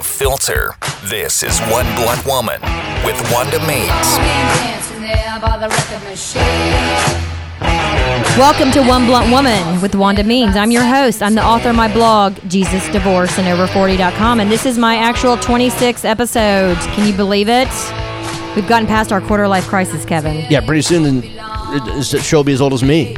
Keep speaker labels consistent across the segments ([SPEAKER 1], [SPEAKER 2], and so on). [SPEAKER 1] Seltzer. This is One Blunt Woman with Wanda Means.
[SPEAKER 2] Welcome to One Blunt Woman with Wanda Means. I'm your host. I'm the author of my blog, Jesus Divorce and Over40.com, and this is my actual 26 episodes. Can you believe it? We've gotten past our quarter life crisis, Kevin.
[SPEAKER 3] Yeah, pretty soon then it- it's- she'll be as old as me.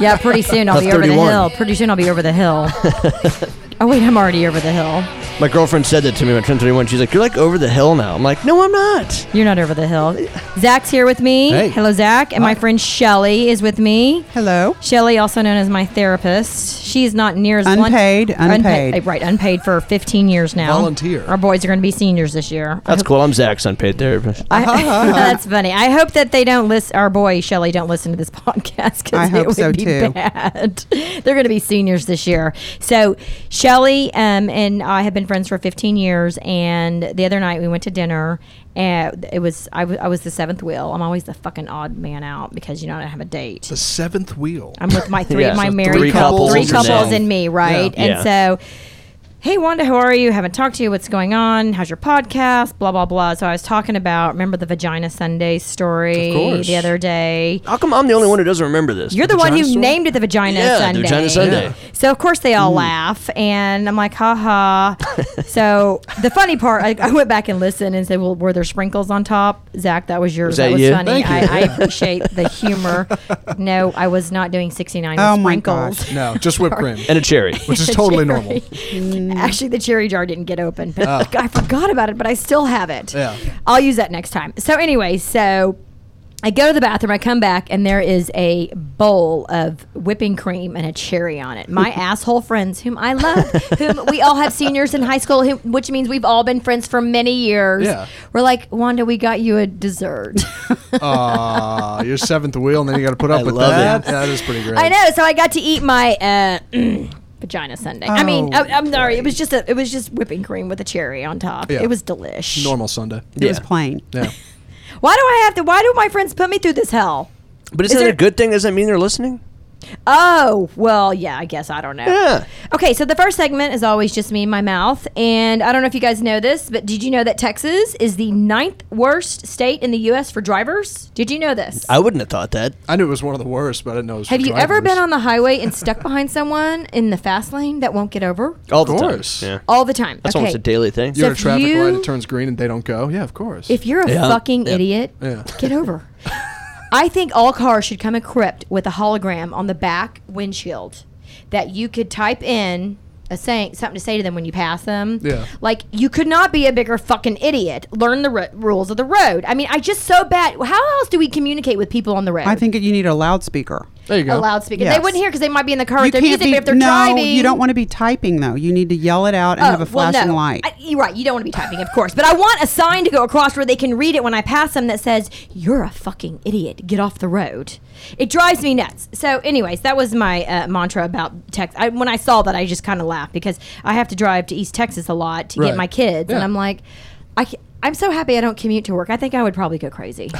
[SPEAKER 2] Yeah, pretty soon I'll
[SPEAKER 3] That's
[SPEAKER 2] be over the
[SPEAKER 3] 31.
[SPEAKER 2] hill. Pretty soon I'll be over the hill. oh, wait, I'm already over the hill.
[SPEAKER 3] My girlfriend said that to me when I turned 31. She's like, You're like over the hill now. I'm like, No, I'm not.
[SPEAKER 2] You're not over the hill. Zach's here with me.
[SPEAKER 3] Hey.
[SPEAKER 2] Hello, Zach. And my friend Shelly is with me.
[SPEAKER 4] Hello.
[SPEAKER 2] Shelly, also known as my therapist, she's not near as
[SPEAKER 4] Unpaid,
[SPEAKER 2] blunt-
[SPEAKER 4] unpaid.
[SPEAKER 2] Unpa- uh, right, unpaid for 15 years now.
[SPEAKER 5] Volunteer.
[SPEAKER 2] Our boys are going to be seniors this year.
[SPEAKER 3] That's cool. I'm Zach's unpaid therapist.
[SPEAKER 2] I- that's funny. I hope that they don't listen. Our boy Shelly don't listen to this podcast because
[SPEAKER 4] I
[SPEAKER 2] it
[SPEAKER 4] hope
[SPEAKER 2] would
[SPEAKER 4] so,
[SPEAKER 2] be
[SPEAKER 4] too.
[SPEAKER 2] bad. They're going to be seniors this year. So Shelly um, and I have been friends for 15 years, and the other night we went to dinner. And it was I, w- I was the seventh wheel. I'm always the fucking odd man out because you know I don't have a date.
[SPEAKER 5] The seventh wheel.
[SPEAKER 2] I'm with my three,
[SPEAKER 3] Yeah,
[SPEAKER 2] my
[SPEAKER 3] so
[SPEAKER 2] married
[SPEAKER 3] three
[SPEAKER 2] couple,
[SPEAKER 3] couples
[SPEAKER 2] three
[SPEAKER 3] and
[SPEAKER 2] couples
[SPEAKER 3] then-
[SPEAKER 2] and me, right?
[SPEAKER 3] Yeah.
[SPEAKER 2] And
[SPEAKER 3] Yeah.
[SPEAKER 2] so, hey Wanda, how are you? Haven't talked to you. What's going on? How's your podcast? Blah blah blah. So I was talking about remember the vagina Sunday
[SPEAKER 3] Of
[SPEAKER 2] story
[SPEAKER 3] course.
[SPEAKER 2] the other day.
[SPEAKER 3] How come I'm the only one who doesn't remember this?
[SPEAKER 2] You're the one who
[SPEAKER 3] Vagina story?
[SPEAKER 2] named it the vagina
[SPEAKER 3] Yeah, the
[SPEAKER 2] Sunday.
[SPEAKER 3] vagina Sunday. Yeah.
[SPEAKER 2] So of course they all laugh, and I'm like, ha ha. so the funny part, I, I went back and listened and said, well, were there sprinkles on top? Zach, that was yours.
[SPEAKER 3] that
[SPEAKER 2] was
[SPEAKER 3] you?
[SPEAKER 2] funny.
[SPEAKER 3] Thank
[SPEAKER 2] I, I appreciate the humor. no, I was not doing 69
[SPEAKER 4] Oh
[SPEAKER 2] with
[SPEAKER 4] my
[SPEAKER 2] sprinkles.
[SPEAKER 4] gosh.
[SPEAKER 5] No, just whipped cream,
[SPEAKER 3] And a cherry.
[SPEAKER 5] which is totally normal. Mm.
[SPEAKER 2] Actually, the cherry jar didn't get open. But I forgot about it, but I still have it.
[SPEAKER 5] Ah. Yeah.
[SPEAKER 2] I'll use that next time. So anyway, so I go to the bathroom, I come back, and there is a bowl of whipping cream and a cherry on it. My asshole friends, whom I love, whom we all have seniors in high school, who, which means we've all been friends for many years.
[SPEAKER 5] Yeah.
[SPEAKER 2] We're like, Wanda, we got you a dessert.
[SPEAKER 5] Ah, your seventh wheel, and then you got to put up
[SPEAKER 3] I
[SPEAKER 5] with
[SPEAKER 3] love
[SPEAKER 5] that.
[SPEAKER 3] it.
[SPEAKER 5] That is pretty great.
[SPEAKER 2] I know. So I got to eat my uh, vagina sundae. I mean,
[SPEAKER 4] Oh,
[SPEAKER 2] I, I'm sorry. It was just a, it was just whipping cream with a cherry on top.
[SPEAKER 5] Yeah.
[SPEAKER 2] It was delish.
[SPEAKER 5] Normal Sunday.
[SPEAKER 4] It was plain.
[SPEAKER 5] Yeah.
[SPEAKER 2] Why do I have to? Why do my friends put me through this hell?
[SPEAKER 3] But isn't
[SPEAKER 2] Is
[SPEAKER 3] it
[SPEAKER 2] there-
[SPEAKER 3] a good thing? Does that mean they're listening?
[SPEAKER 2] Oh, well, yeah, I guess I don't know.
[SPEAKER 3] Yeah.
[SPEAKER 2] Okay, so the first segment is always just me and my mouth. And I don't know if you guys know this, but did you know that Texas is the ninth worst state in the U.S. for drivers? Did you know this?
[SPEAKER 3] I wouldn't have thought that.
[SPEAKER 5] I knew it was one of the worst, but I didn't know it was for
[SPEAKER 2] have you ever
[SPEAKER 5] drivers.
[SPEAKER 2] been on the highway and stuck behind someone in the fast lane that won't get over?
[SPEAKER 3] All
[SPEAKER 5] Of
[SPEAKER 3] the
[SPEAKER 5] course.
[SPEAKER 3] time. Yeah.
[SPEAKER 2] All the time.
[SPEAKER 3] That's
[SPEAKER 2] okay.
[SPEAKER 3] almost a daily thing.
[SPEAKER 5] You're
[SPEAKER 2] So
[SPEAKER 5] in a
[SPEAKER 2] if
[SPEAKER 5] traffic
[SPEAKER 2] you-
[SPEAKER 5] light, it turns green, and they don't go. Yeah, of course.
[SPEAKER 2] If you're a
[SPEAKER 3] Yeah.
[SPEAKER 2] fucking
[SPEAKER 3] Yeah.
[SPEAKER 2] idiot,
[SPEAKER 5] Yeah.
[SPEAKER 2] get over. I think all cars should come equipped with a hologram on the back windshield that you could type in a saying something to say to them when you pass them.
[SPEAKER 5] Yeah.
[SPEAKER 2] Like you could not be a bigger fucking idiot. Learn the ru rules of the road. I mean, I just so bad. How else do we communicate with people on the road?
[SPEAKER 4] I think you need a loudspeaker.
[SPEAKER 5] there you
[SPEAKER 2] a
[SPEAKER 5] go.
[SPEAKER 2] loudspeaker. They
[SPEAKER 4] Yes.
[SPEAKER 2] wouldn't hear because they might be in the car with their music. but if they're
[SPEAKER 4] no,
[SPEAKER 2] driving, Oh,
[SPEAKER 4] you don't want to be typing though. You need to yell it out and have a
[SPEAKER 2] well,
[SPEAKER 4] flashing
[SPEAKER 2] no.
[SPEAKER 4] light.
[SPEAKER 2] I, you're right. You don't want to be typing, of course. But I want a sign to go across where they can read it when I pass them that says, "You're a fucking idiot. Get off the road." It drives me nuts. So, anyways, that was my uh, mantra about Texas. I, when I saw that, I just kind of laughed because I have to drive to East Texas a lot to get
[SPEAKER 5] Right.
[SPEAKER 2] my kids, and
[SPEAKER 5] Yeah.
[SPEAKER 2] I'm like, I. ca- I'm so happy I don't commute to work. I think I would probably go crazy.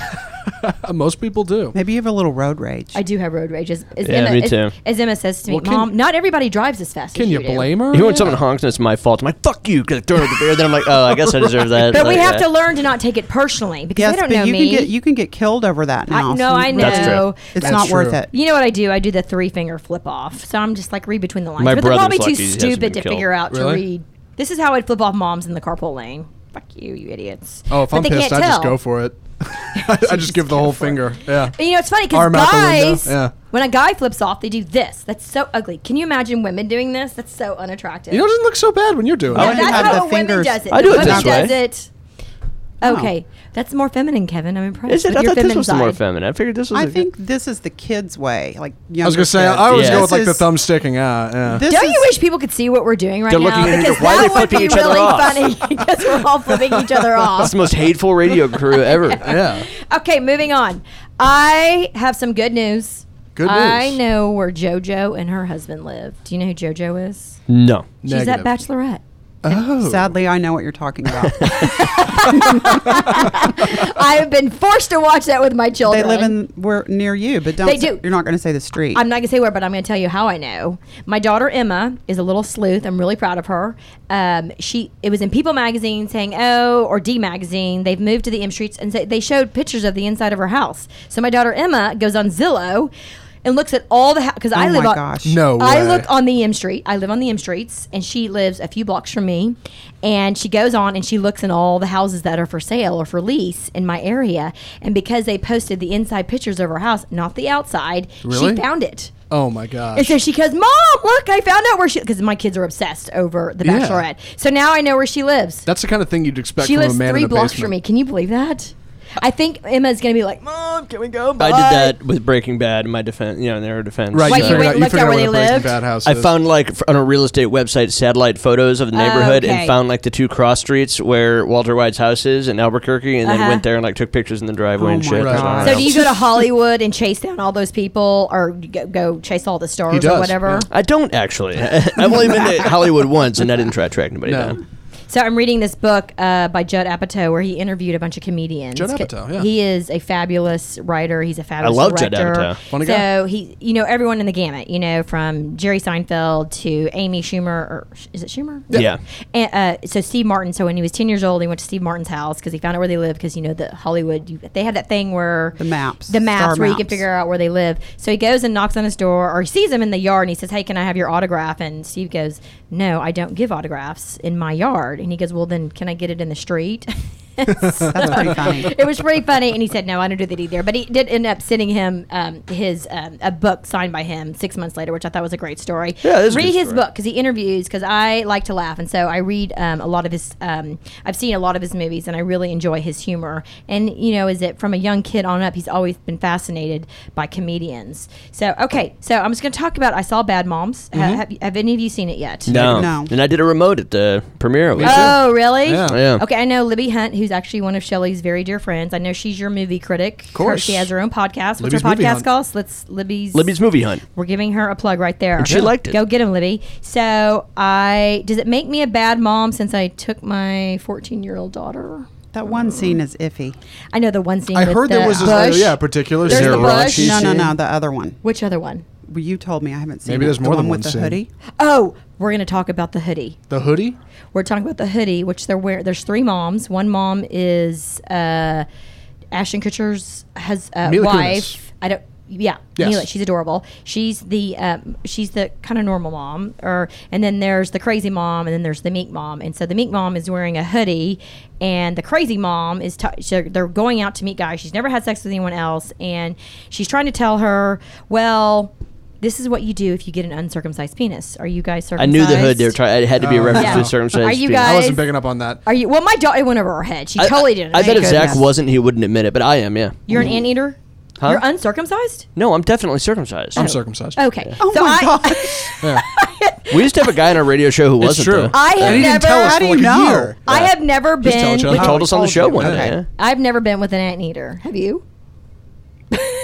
[SPEAKER 5] Uh, most people do.
[SPEAKER 4] Maybe you have a little road rage.
[SPEAKER 2] I do have road rage. As, as
[SPEAKER 3] Yeah,
[SPEAKER 2] Emma,
[SPEAKER 3] me
[SPEAKER 2] as-
[SPEAKER 3] too.
[SPEAKER 2] As, Emma says to me,
[SPEAKER 5] Well, can-
[SPEAKER 2] Mom, not everybody drives as fast
[SPEAKER 5] Can
[SPEAKER 2] as you
[SPEAKER 5] you
[SPEAKER 2] do."
[SPEAKER 5] blame her?
[SPEAKER 3] Even when someone honks and it's my fault, I'm like, fuck you, because I throw it at the bear. Then I'm like, oh, I guess I deserve that.
[SPEAKER 2] But we
[SPEAKER 3] Like,
[SPEAKER 2] have
[SPEAKER 3] yeah.
[SPEAKER 2] to learn to not take it personally because
[SPEAKER 4] yes,
[SPEAKER 2] they don't
[SPEAKER 4] but
[SPEAKER 2] know
[SPEAKER 4] you
[SPEAKER 2] me.
[SPEAKER 4] can get you can get killed over that now.
[SPEAKER 2] I, no, I know.
[SPEAKER 3] That's true.
[SPEAKER 4] It's
[SPEAKER 5] That's
[SPEAKER 4] not worth
[SPEAKER 5] true.
[SPEAKER 4] it.
[SPEAKER 2] You know what I do? I do the three finger flip off. So I'm just like read between the lines.
[SPEAKER 3] My
[SPEAKER 2] but they're probably
[SPEAKER 3] brother's
[SPEAKER 2] too
[SPEAKER 3] lucky he hasn't
[SPEAKER 2] stupid
[SPEAKER 3] been
[SPEAKER 2] to
[SPEAKER 3] killed.
[SPEAKER 2] figure out to
[SPEAKER 5] Really?
[SPEAKER 2] read. This is how I'd flip off moms in the carpool lane. Fuck you, you idiots.
[SPEAKER 5] Oh, if
[SPEAKER 2] But
[SPEAKER 5] I'm
[SPEAKER 2] they
[SPEAKER 5] pissed, I
[SPEAKER 2] can't
[SPEAKER 5] just
[SPEAKER 2] tell.
[SPEAKER 5] go for it. I, I just give the whole finger. Yeah.
[SPEAKER 2] And you know, it's funny because
[SPEAKER 5] Arm out the window,
[SPEAKER 2] guys,
[SPEAKER 5] yeah.
[SPEAKER 2] when a guy flips off, they do this. That's so ugly. Can you imagine women doing this? That's so unattractive.
[SPEAKER 5] You know, it doesn't look so bad when you're doing
[SPEAKER 2] No,
[SPEAKER 5] it.
[SPEAKER 4] you
[SPEAKER 2] that's
[SPEAKER 4] have
[SPEAKER 2] how
[SPEAKER 4] the
[SPEAKER 2] a woman
[SPEAKER 4] fingers.
[SPEAKER 2] does it.
[SPEAKER 3] I
[SPEAKER 2] The
[SPEAKER 3] do it
[SPEAKER 2] woman
[SPEAKER 3] this way.
[SPEAKER 2] does it.
[SPEAKER 4] Oh.
[SPEAKER 2] Okay, that's more feminine, Kevin. I'm impressed.
[SPEAKER 3] Is it?
[SPEAKER 2] with
[SPEAKER 3] I
[SPEAKER 2] your
[SPEAKER 3] thought this
[SPEAKER 2] feminine
[SPEAKER 3] was the more
[SPEAKER 2] side.
[SPEAKER 3] feminine. I figured this was.
[SPEAKER 4] I
[SPEAKER 3] a good-
[SPEAKER 4] think this is the kids' way. Like
[SPEAKER 5] I was gonna say uh, I always
[SPEAKER 3] Yeah.
[SPEAKER 5] go with like the
[SPEAKER 4] is-
[SPEAKER 5] thumb sticking out. Yeah.
[SPEAKER 4] This
[SPEAKER 2] Don't
[SPEAKER 4] is,
[SPEAKER 2] you wish people could see what we're doing right
[SPEAKER 3] They're
[SPEAKER 2] now?
[SPEAKER 3] looking at each
[SPEAKER 2] because
[SPEAKER 3] other. Why are
[SPEAKER 2] that
[SPEAKER 3] they
[SPEAKER 2] would be
[SPEAKER 3] flipping each other
[SPEAKER 2] really
[SPEAKER 3] off?
[SPEAKER 2] funny because we're all flipping each other
[SPEAKER 3] That's
[SPEAKER 2] off.
[SPEAKER 3] the most hateful radio crew ever.
[SPEAKER 5] yeah.
[SPEAKER 2] Okay, moving on. I have some good news.
[SPEAKER 5] Good
[SPEAKER 2] I
[SPEAKER 5] news.
[SPEAKER 2] know where JoJo and her husband live. Do you know who JoJo is?
[SPEAKER 3] No.
[SPEAKER 2] She's at
[SPEAKER 5] Negative.
[SPEAKER 2] Bachelorette.
[SPEAKER 5] Oh.
[SPEAKER 4] Sadly, I know what you're talking about.
[SPEAKER 2] I have been forced to watch that with my children.
[SPEAKER 4] they live in where near you, but don't.
[SPEAKER 2] They
[SPEAKER 4] say-
[SPEAKER 2] do.
[SPEAKER 4] You're not going to say the street.
[SPEAKER 2] I'm not gonna say where, but I'm gonna tell you how I know. My daughter Emma is a little sleuth. I'm really proud of her. Um, she it was in People magazine saying, "Oh," or D magazine. They've moved to the M streets, and say, they showed pictures of the inside of her house. So my daughter Emma goes on Zillow and looks at all the because I
[SPEAKER 4] Oh
[SPEAKER 2] live
[SPEAKER 4] my
[SPEAKER 2] on
[SPEAKER 4] gosh.
[SPEAKER 5] No
[SPEAKER 2] I
[SPEAKER 5] way.
[SPEAKER 2] look on the M Street. I live on the M Streets, and she lives a few blocks from me. And she goes on and she looks in all the houses that are for sale or for lease in my area. And because they posted the inside pictures of her house, not the outside,
[SPEAKER 5] Really?
[SPEAKER 2] she found it.
[SPEAKER 5] Oh my gosh.
[SPEAKER 2] And so she goes, Mom, look, I found out where she because my kids are obsessed over The
[SPEAKER 5] Yeah.
[SPEAKER 2] Bachelorette. So now I know where she lives.
[SPEAKER 5] That's the kind of thing you'd expect
[SPEAKER 2] she
[SPEAKER 5] from
[SPEAKER 2] lives
[SPEAKER 5] a man
[SPEAKER 2] three
[SPEAKER 5] in a
[SPEAKER 2] blocks
[SPEAKER 5] basement.
[SPEAKER 2] from me. Can you believe that? I think Emma's gonna be like, Mom, can we go?
[SPEAKER 3] I
[SPEAKER 2] Bye."
[SPEAKER 3] did that with Breaking Bad in my defense, you know, in their defense.
[SPEAKER 5] Right,
[SPEAKER 2] Wait,
[SPEAKER 5] you
[SPEAKER 2] you
[SPEAKER 5] figured
[SPEAKER 2] went
[SPEAKER 5] out,
[SPEAKER 2] and
[SPEAKER 5] you
[SPEAKER 2] looked out
[SPEAKER 5] figured out
[SPEAKER 2] where
[SPEAKER 5] where the
[SPEAKER 2] they
[SPEAKER 5] Breaking
[SPEAKER 2] lived?
[SPEAKER 5] Bad house
[SPEAKER 3] I
[SPEAKER 5] is.
[SPEAKER 3] found like f- on a real estate website satellite photos of the neighborhood
[SPEAKER 2] okay.
[SPEAKER 3] and found like the two cross streets where Walter White's house is in Albuquerque, and
[SPEAKER 2] Uh-huh.
[SPEAKER 3] then went there and like took pictures in the driveway
[SPEAKER 4] Oh
[SPEAKER 3] and
[SPEAKER 4] my
[SPEAKER 3] shit.
[SPEAKER 5] God.
[SPEAKER 3] I don't
[SPEAKER 2] So
[SPEAKER 3] know.
[SPEAKER 2] do you go to Hollywood and chase down all those people, or go, go chase all the
[SPEAKER 5] He
[SPEAKER 2] stars or
[SPEAKER 5] does,
[SPEAKER 2] whatever?
[SPEAKER 5] yeah.
[SPEAKER 3] I don't actually. I've only been to Hollywood once, and I didn't try to track anybody
[SPEAKER 5] No.
[SPEAKER 3] down.
[SPEAKER 2] So I'm reading this book uh, by Judd Apatow where he interviewed a bunch of comedians.
[SPEAKER 5] Judd
[SPEAKER 2] Co-
[SPEAKER 5] Apatow, yeah.
[SPEAKER 2] He is a fabulous writer. He's a fabulous
[SPEAKER 3] love Judd
[SPEAKER 2] director.
[SPEAKER 3] Apatow.
[SPEAKER 5] Funny
[SPEAKER 2] so
[SPEAKER 5] guy.
[SPEAKER 2] he, you know, everyone in the gamut. You know, from Jerry Seinfeld to Amy Schumer, or Sh- is it Schumer?
[SPEAKER 3] Yeah.
[SPEAKER 2] And, uh, so Steve Martin. So when he was ten years old, he went to Steve Martin's house because he found out where they lived. Because you know the Hollywood, you, they have that thing where
[SPEAKER 4] The maps,
[SPEAKER 2] the maps,
[SPEAKER 4] star
[SPEAKER 2] where you can
[SPEAKER 4] maps.
[SPEAKER 2] figure out where they live. So he goes and knocks on his door, or he sees him in the yard, and he says, "Hey, can I have your autograph?" And Steve goes, "No, I don't give autographs in my yard." And he goes, "Well, then can I get it in the street?"
[SPEAKER 4] That's pretty funny.
[SPEAKER 2] it was pretty funny, and he said, "No, I don't do that either." But he did end up sending him um, his um, a book signed by him six months later, which I thought was a great story.
[SPEAKER 3] Yeah, it is a
[SPEAKER 2] read
[SPEAKER 3] good
[SPEAKER 2] his
[SPEAKER 3] story.
[SPEAKER 2] book because he interviews. Because I like to laugh, and so I read um, a lot of his. Um, I've seen a lot of his movies, and I really enjoy his humor. And you know, is it from a young kid on up? He's always been fascinated by comedians. So okay, so I'm just going to talk about. I saw Bad Moms. Ha-
[SPEAKER 3] Mm-hmm.
[SPEAKER 2] have, have any of you seen it yet?
[SPEAKER 3] No.
[SPEAKER 4] No.
[SPEAKER 3] And I did a remote at the premiere. We did.
[SPEAKER 2] Oh, really?
[SPEAKER 5] Yeah.
[SPEAKER 3] Yeah.
[SPEAKER 2] Okay, I know Libby Hunt, who's actually one of Shelley's very dear friends. I know she's your movie critic. Of
[SPEAKER 5] course.
[SPEAKER 2] she has her own podcast. What's
[SPEAKER 5] Libby's
[SPEAKER 2] her
[SPEAKER 5] Movie
[SPEAKER 2] podcast
[SPEAKER 5] Hunt.
[SPEAKER 2] called? Let's Libby's.
[SPEAKER 3] Libby's movie hunt.
[SPEAKER 2] We're giving her a plug right there.
[SPEAKER 3] she liked it.
[SPEAKER 2] Go get him, Libby. So I does it make me a bad mom since I took my 14 year old daughter?
[SPEAKER 4] That one scene is iffy.
[SPEAKER 2] I know the one scene.
[SPEAKER 5] I
[SPEAKER 2] with
[SPEAKER 5] heard
[SPEAKER 2] the
[SPEAKER 5] there was this,
[SPEAKER 2] bush.
[SPEAKER 5] yeah, particular.
[SPEAKER 2] There's
[SPEAKER 5] scene.
[SPEAKER 2] the bush.
[SPEAKER 4] No, no, no. The other one.
[SPEAKER 2] Which other one?
[SPEAKER 4] Well, You told me I haven't seen.
[SPEAKER 5] Maybe
[SPEAKER 4] it.
[SPEAKER 5] there's
[SPEAKER 4] The
[SPEAKER 5] more than
[SPEAKER 4] with
[SPEAKER 5] one
[SPEAKER 4] the
[SPEAKER 5] scene.
[SPEAKER 4] hoodie.
[SPEAKER 2] Oh, we're gonna talk about the hoodie.
[SPEAKER 5] The hoodie.
[SPEAKER 2] we're talking about the hoodie, which they're wearing. There's three moms. One mom is uh, Ashton Kutcher's hus- uh,
[SPEAKER 5] Mila Kunis.
[SPEAKER 2] wife. I don't. Yeah,
[SPEAKER 5] Yes.
[SPEAKER 2] Mila. She's adorable. She's the um, she's the kind of normal mom, or and then there's the crazy mom, and then there's the meek mom. And so the meek mom is wearing a hoodie, and the crazy mom is t- so they're going out to meet guys. She's never had sex with anyone else, and she's trying to tell her, well. This is what you do if you get an uncircumcised penis. Are you guys
[SPEAKER 3] I
[SPEAKER 2] circumcised?
[SPEAKER 3] knew the hood. They were trying. It had to be a
[SPEAKER 5] Oh.
[SPEAKER 3] reference
[SPEAKER 2] Yeah.
[SPEAKER 3] to circumcised.
[SPEAKER 2] Are you
[SPEAKER 3] penis.
[SPEAKER 5] I
[SPEAKER 2] guys-
[SPEAKER 5] wasn't picking up on that.
[SPEAKER 2] Are you? Well, my daughter. It went over her head. She totally didn't.
[SPEAKER 3] Oh, I bet if
[SPEAKER 2] understand.
[SPEAKER 3] Zach
[SPEAKER 4] goodness.
[SPEAKER 3] wasn't, he wouldn't admit it. But I am. Yeah.
[SPEAKER 2] You're an anteater.
[SPEAKER 3] Huh?
[SPEAKER 2] You're uncircumcised.
[SPEAKER 3] No, I'm definitely circumcised.
[SPEAKER 5] I'm circumcised.
[SPEAKER 2] Okay.
[SPEAKER 4] Oh
[SPEAKER 2] so
[SPEAKER 4] my
[SPEAKER 2] I,
[SPEAKER 4] gosh!
[SPEAKER 3] We used to have a guy on our radio show who
[SPEAKER 5] It's
[SPEAKER 3] wasn't.
[SPEAKER 5] true.
[SPEAKER 3] Though.
[SPEAKER 2] I have
[SPEAKER 5] and he
[SPEAKER 2] never-
[SPEAKER 5] didn't tell us
[SPEAKER 4] How
[SPEAKER 5] for
[SPEAKER 4] do
[SPEAKER 5] like
[SPEAKER 4] you
[SPEAKER 5] a
[SPEAKER 4] know?
[SPEAKER 5] year.
[SPEAKER 2] I have never
[SPEAKER 5] Just tell
[SPEAKER 2] been.
[SPEAKER 5] each other.
[SPEAKER 2] with-
[SPEAKER 3] He told us on the show one
[SPEAKER 5] Okay.
[SPEAKER 3] day. Yeah.
[SPEAKER 2] I've never been with an anteater. Have you?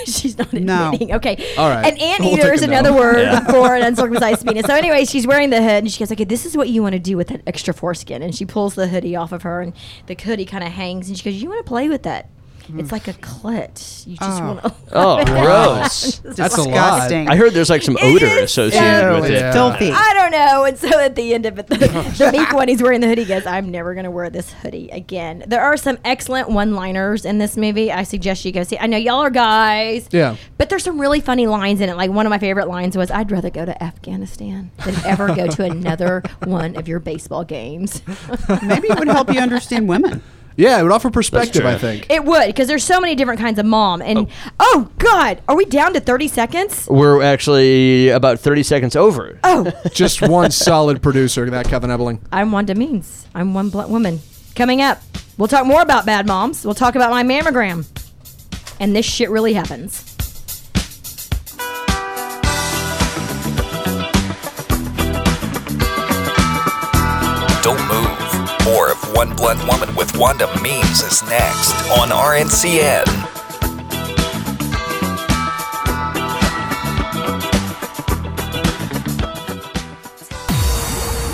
[SPEAKER 2] she's not
[SPEAKER 4] No.
[SPEAKER 2] admitting. Okay.
[SPEAKER 5] All right.
[SPEAKER 2] An
[SPEAKER 5] We'll
[SPEAKER 2] anteater
[SPEAKER 5] take
[SPEAKER 2] is
[SPEAKER 5] a no.
[SPEAKER 2] another word
[SPEAKER 3] Yeah.
[SPEAKER 2] for an uncircumcised penis. So anyway, she's wearing the hood and she goes, okay, this is what you want to do with that extra foreskin. And she pulls the hoodie off of her and the hoodie kind of hangs and she goes, you want to play with that?
[SPEAKER 5] Hmm.
[SPEAKER 2] It's like a clit. You just
[SPEAKER 4] Oh.
[SPEAKER 2] want to.
[SPEAKER 3] Oh, gross.
[SPEAKER 5] That's a lot.
[SPEAKER 4] Disgusting.
[SPEAKER 3] I heard there's like some odor
[SPEAKER 2] is
[SPEAKER 3] associated
[SPEAKER 2] so-
[SPEAKER 3] with
[SPEAKER 4] It's
[SPEAKER 3] it.
[SPEAKER 4] filthy.
[SPEAKER 2] I don't know. And so at the end of it, the, the meek one, he's wearing the hoodie, goes, I'm never going to wear this hoodie again. There are some excellent one liners in this movie. I suggest you go see. I know y'all are guys.
[SPEAKER 5] Yeah.
[SPEAKER 2] But there's some really funny lines in it. Like one of my favorite lines was, I'd rather go to Afghanistan than ever go to another one of your baseball games.
[SPEAKER 4] Maybe it would help you understand women.
[SPEAKER 5] Yeah, it would offer perspective.
[SPEAKER 3] true.
[SPEAKER 5] I think.
[SPEAKER 2] it would, because there's so many different kinds of mom. And oh. God, are we down to 30 seconds?
[SPEAKER 3] We're actually about 30 seconds over.
[SPEAKER 2] Oh,
[SPEAKER 5] Just one solid producer, that Kevin Ebeling.
[SPEAKER 2] I'm Wanda Means. I'm one blunt woman. Coming up, we'll talk more about bad moms. We'll talk about my mammogram. And this shit really happens.
[SPEAKER 1] Don't move. More of One Blunt Woman with Wanda Means is next on RNCN.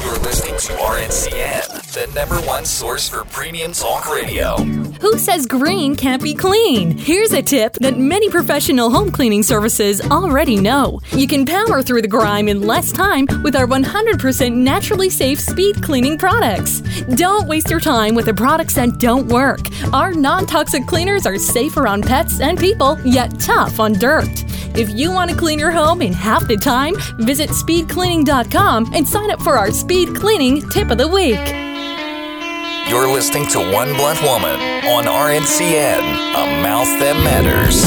[SPEAKER 1] You're listening to RNCN, the number one source for premium talk radio.
[SPEAKER 6] Who says green can't be clean? Here's a tip that many professional home cleaning services already know. You can power through the grime in less time with our 100% naturally safe speed cleaning products. Don't waste your time with the products that don't work. Our non toxic cleaners are safer on pets and people, yet tough on dirt. If you want to clean your home in half the time, visit speedcleaning.com and sign up for our speed cleaning tip of the week.
[SPEAKER 1] You're listening to One Blunt Woman on RNCN, a mouth that matters.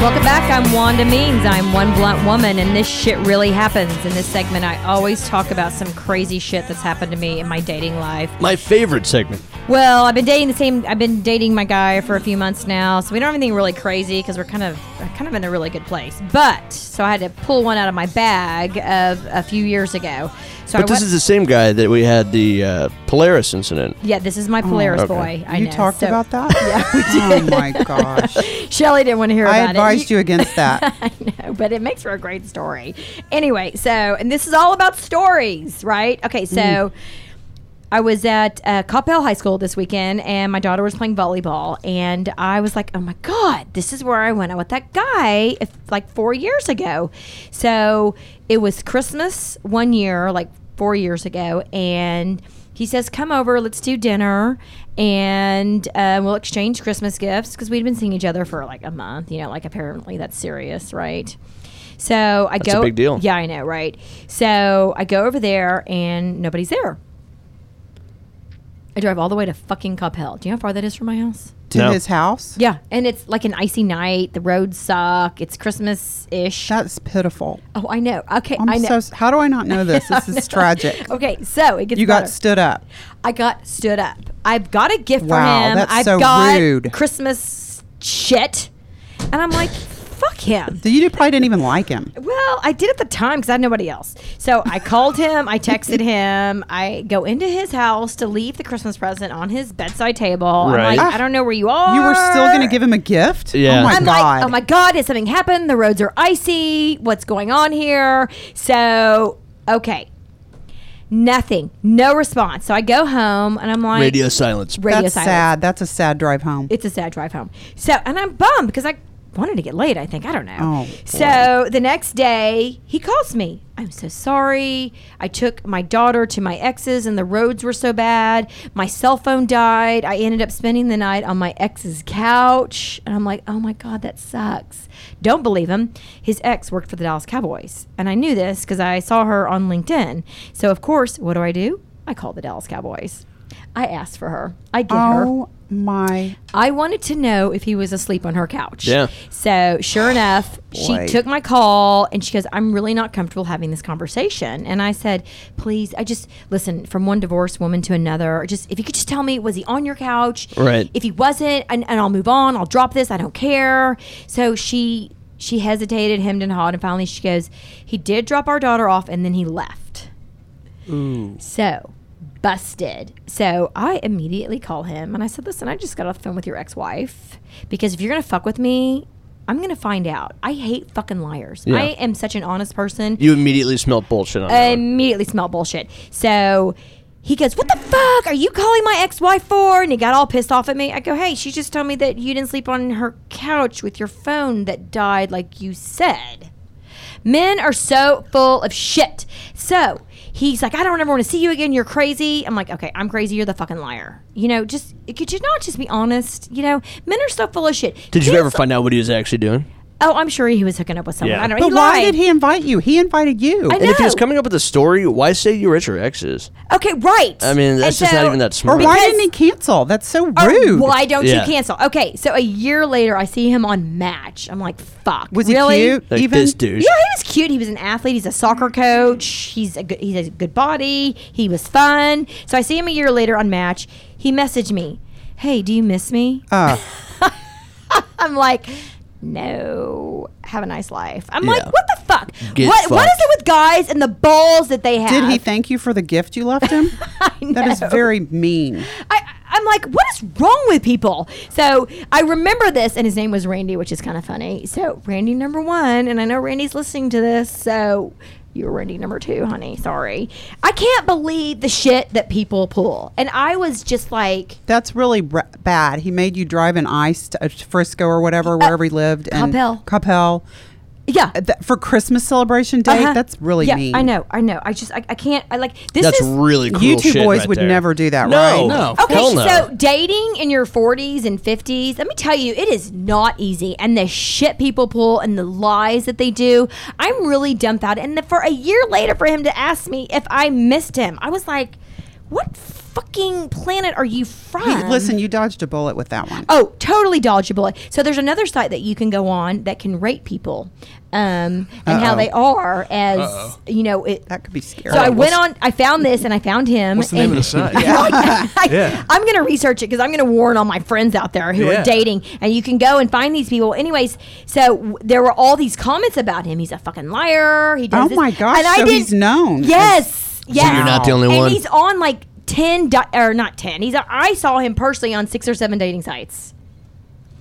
[SPEAKER 2] Welcome back. I'm Wanda Means. I'm one blunt woman, and this shit really happens. In this segment, I always talk about some crazy shit that's happened to me in my dating life.
[SPEAKER 3] My favorite segment.
[SPEAKER 2] Well, I've been dating the same. I've been dating my guy for a few months now, so we don't have anything really crazy because we're kind of kind of in a really good place. But so I had to pull one out of my bag of a few years ago. So I
[SPEAKER 3] But this
[SPEAKER 2] went-
[SPEAKER 3] is the same guy that we had the uh, Polaris incident.
[SPEAKER 2] yeah, this is my Polaris
[SPEAKER 3] okay.
[SPEAKER 2] boy. I
[SPEAKER 4] Oh, you
[SPEAKER 2] know.
[SPEAKER 4] talked
[SPEAKER 2] So
[SPEAKER 4] about that? Yeah. oh my gosh.
[SPEAKER 2] Shelly didn't want to hear
[SPEAKER 4] I
[SPEAKER 2] about
[SPEAKER 4] advised
[SPEAKER 2] it.
[SPEAKER 4] you against that.
[SPEAKER 2] I know, but it makes for a great story. Anyway, so and this is all about stories, right? Okay, so
[SPEAKER 4] Mm.
[SPEAKER 2] I was at uh, Coppell High School this weekend, and my daughter was playing volleyball, and I was like, "Oh my god, this is where I went out with that guy if, like four years ago." So it was Christmas one year, like four years ago, and he says, "Come over, let's do dinner." And uh, we'll exchange Christmas gifts because we'd been seeing each other for like a month. You know, like apparently that's serious, right? So I
[SPEAKER 3] a
[SPEAKER 2] go.
[SPEAKER 3] big deal.
[SPEAKER 2] Yeah, I know, right? So I go over there and nobody's there. I drive all the way to fucking Coppell. Do you know how far that is from my house?
[SPEAKER 4] To
[SPEAKER 3] No.
[SPEAKER 4] his house?
[SPEAKER 2] Yeah, and it's like an icy night. The roads suck. It's Christmas ish.
[SPEAKER 4] That's pitiful.
[SPEAKER 2] Oh, I know. Okay, i
[SPEAKER 4] I'm
[SPEAKER 2] know.
[SPEAKER 4] so s- how do I not know this? This is tragic.
[SPEAKER 2] okay, so it gets
[SPEAKER 4] You got
[SPEAKER 2] better.
[SPEAKER 4] stood up.
[SPEAKER 2] I got stood up. I've got a gift
[SPEAKER 4] Wow,
[SPEAKER 2] for him.
[SPEAKER 4] that's
[SPEAKER 2] I've
[SPEAKER 4] so
[SPEAKER 2] got
[SPEAKER 4] rude.
[SPEAKER 2] Christmas shit, and I'm like, fuck him.
[SPEAKER 4] So you probably didn't even like him.
[SPEAKER 2] Well, I did at the time because I had nobody else. So I called him, I texted him, I go into his house to leave the Christmas present on his bedside table. I'm
[SPEAKER 3] Right.
[SPEAKER 2] like, I don't know where you are.
[SPEAKER 4] You were still going to give him a gift?
[SPEAKER 3] Yeah.
[SPEAKER 4] Oh my
[SPEAKER 2] I'm
[SPEAKER 4] god.
[SPEAKER 2] like, oh my god, did something happen? The roads are icy. What's going on here? So okay, nothing, no response. So I go home and I'm like,
[SPEAKER 3] Radio silence.
[SPEAKER 2] radio
[SPEAKER 4] That's
[SPEAKER 2] silence.
[SPEAKER 4] sad. That's a sad drive home.
[SPEAKER 2] It's a sad drive home. So, and I'm bummed because I wanted to get laid, I think. I don't know.
[SPEAKER 4] Oh,
[SPEAKER 2] so the next day, he calls me. I'm so sorry. I took my daughter to my ex's and the roads were so bad. My cell phone died. I ended up spending the night on my ex's couch. And I'm like, oh my God, that sucks. Don't believe him. His ex worked for the Dallas Cowboys. And I knew this because I saw her on LinkedIn. So, of course, what do I do? I call the Dallas Cowboys. I asked for her. I get her.
[SPEAKER 4] oh my.
[SPEAKER 2] I wanted to know if he was asleep on her couch.
[SPEAKER 3] Yeah.
[SPEAKER 2] So sure enough, she
[SPEAKER 4] Boy.
[SPEAKER 2] took my call and she goes, I'm really not comfortable having this conversation. And I said, Please, I just listen, from one divorced woman to another, just if you could just tell me, was he on your couch?
[SPEAKER 3] Right.
[SPEAKER 2] If he wasn't, and, and I'll move on, I'll drop this, I don't care. So she she hesitated, hemmed and hawed, and finally she goes, He did drop our daughter off and then he left. So busted. So I immediately call him and I said, Listen, I just got off the phone with your ex wife because if you're going to fuck with me, I'm going to find out. I hate fucking liars.
[SPEAKER 3] Yeah.
[SPEAKER 2] I am such an honest person.
[SPEAKER 3] You immediately smelled bullshit on
[SPEAKER 2] I
[SPEAKER 3] that. one.
[SPEAKER 2] immediately smell bullshit. So he goes, What the fuck are you calling my ex wife for? And he got all pissed off at me. I go, Hey, she just told me that you didn't sleep on her couch with your phone that died, like you said. Men are so full of shit. So he's like, I don't ever want to see you again. You're crazy. I'm like, okay, I'm crazy. You're the fucking liar. You know, just could you not just be honest? You know, men are so full of shit.
[SPEAKER 3] Did you
[SPEAKER 2] Kids-
[SPEAKER 3] ever find out what he was actually doing?
[SPEAKER 2] Oh, I'm sure he was hooking up with someone.
[SPEAKER 3] Yeah.
[SPEAKER 2] I don't know.
[SPEAKER 4] But
[SPEAKER 2] He
[SPEAKER 4] why
[SPEAKER 2] lied.
[SPEAKER 4] did he invite you? He invited you.
[SPEAKER 2] I
[SPEAKER 3] And if he was
[SPEAKER 2] No.
[SPEAKER 3] coming up with a story, why say you were at your ex's?
[SPEAKER 2] Okay, right.
[SPEAKER 3] I mean, that's
[SPEAKER 2] And
[SPEAKER 3] just not
[SPEAKER 2] so-
[SPEAKER 3] even that
[SPEAKER 4] Or
[SPEAKER 3] smart.
[SPEAKER 4] why
[SPEAKER 2] Because-
[SPEAKER 4] didn't he cancel? That's so
[SPEAKER 2] Or
[SPEAKER 4] rude.
[SPEAKER 2] Why don't
[SPEAKER 3] Yeah.
[SPEAKER 2] you cancel? Okay, so a year later, I see him on Match. I'm like, fuck.
[SPEAKER 4] Was he
[SPEAKER 2] really?
[SPEAKER 4] cute?
[SPEAKER 3] Like
[SPEAKER 4] even?
[SPEAKER 3] this douche.
[SPEAKER 2] Yeah, he was cute. He was an athlete. He's a soccer coach. He's a good, he has a good body. He was fun. So I see him a year later on Match. He messaged me, "Hey, do you miss me?"
[SPEAKER 4] Uh,
[SPEAKER 2] I'm like, "No, have a nice life." I'm like,
[SPEAKER 3] Yeah.
[SPEAKER 2] "What the fuck?
[SPEAKER 3] Get
[SPEAKER 2] what what is
[SPEAKER 3] fucked.
[SPEAKER 2] it with guys and the balls that they have?"
[SPEAKER 4] did he thank you for the gift you left him? That is very mean.
[SPEAKER 2] I, I'm like, what is wrong with people? So I remember this, and his name was Randy, which is kind of funny. So Randy number one, and I know Randy's listening to this. So you're ready number two, honey. Sorry. I can't believe the shit that people pull. And I was just like,
[SPEAKER 4] That's really br- bad. He made you drive in ice to uh, Frisco or
[SPEAKER 2] Uh,
[SPEAKER 4] whatever, wherever he lived. And
[SPEAKER 2] Coppell.
[SPEAKER 4] Coppell.
[SPEAKER 2] yeah.
[SPEAKER 4] Uh, th- for Christmas celebration day?
[SPEAKER 2] uh-huh.
[SPEAKER 4] That's really
[SPEAKER 2] yeah,
[SPEAKER 4] mean.
[SPEAKER 2] I know, I know. I just, I, I can't, I like, this
[SPEAKER 3] That's
[SPEAKER 2] is.
[SPEAKER 3] really cool.
[SPEAKER 4] You two boys would never do that,
[SPEAKER 3] no,
[SPEAKER 4] right?
[SPEAKER 3] No,
[SPEAKER 5] No.
[SPEAKER 2] Okay,
[SPEAKER 3] hell no.
[SPEAKER 2] so dating in your 40s and 50s, let me tell you, it is not easy. And the shit people pull and the lies that they do, I'm really dumbfounded. And the, for a year later, for him to ask me if I missed him, I was like, what fucking planet are you from?
[SPEAKER 4] Hey, listen, you dodged a bullet with that one.
[SPEAKER 2] Oh, totally dodge a bullet. So there's another site that you can go on that can rate people um, and how they are as you know. It,
[SPEAKER 4] That could be scary.
[SPEAKER 2] so I went on. I found this and I found him.
[SPEAKER 5] What's the name of
[SPEAKER 2] and-
[SPEAKER 5] the site?
[SPEAKER 2] I,
[SPEAKER 5] Yeah.
[SPEAKER 2] am going to research it because I'm going to warn all my friends out there who
[SPEAKER 5] Yeah.
[SPEAKER 2] are dating, and you can go and find these people. Anyways, so w- there were all these comments about him. He's a fucking liar. He does
[SPEAKER 4] Oh
[SPEAKER 2] this.
[SPEAKER 4] my gosh,
[SPEAKER 2] And I
[SPEAKER 4] so
[SPEAKER 2] didn't-
[SPEAKER 4] he's known
[SPEAKER 2] Yes, yes.
[SPEAKER 3] you're not the only
[SPEAKER 2] and
[SPEAKER 3] one.
[SPEAKER 2] He's on like ten di- or not ten. He's a, I saw him personally on six or seven dating sites.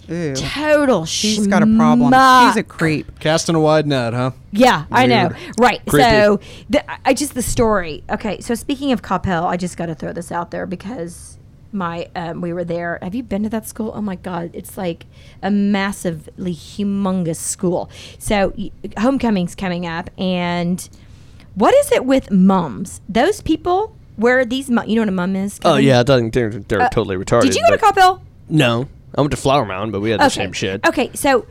[SPEAKER 4] Ew.
[SPEAKER 2] Total.
[SPEAKER 4] He's got a problem. He's a creep.
[SPEAKER 5] Casting a wide net, huh?
[SPEAKER 2] Yeah, I know.
[SPEAKER 5] Weird.
[SPEAKER 2] Right.
[SPEAKER 5] Creepy.
[SPEAKER 2] So, the, I- I just the story. Okay. So speaking of Coppell, I just got to throw this out there because my um, we were there. Have you been to that school? Oh my God, it's like a massively humongous school. So y- homecoming's coming up, and what is it with mums? Those people where these mu- you know what a mum is?
[SPEAKER 3] Oh
[SPEAKER 2] Kevin?
[SPEAKER 3] yeah, I thought they're, they're totally retarded.
[SPEAKER 2] Uh, Did you go to
[SPEAKER 3] but-
[SPEAKER 2] Coppell?
[SPEAKER 3] No, I went to Flower Mound, but we had the
[SPEAKER 2] okay.
[SPEAKER 3] same shit.
[SPEAKER 2] Okay, so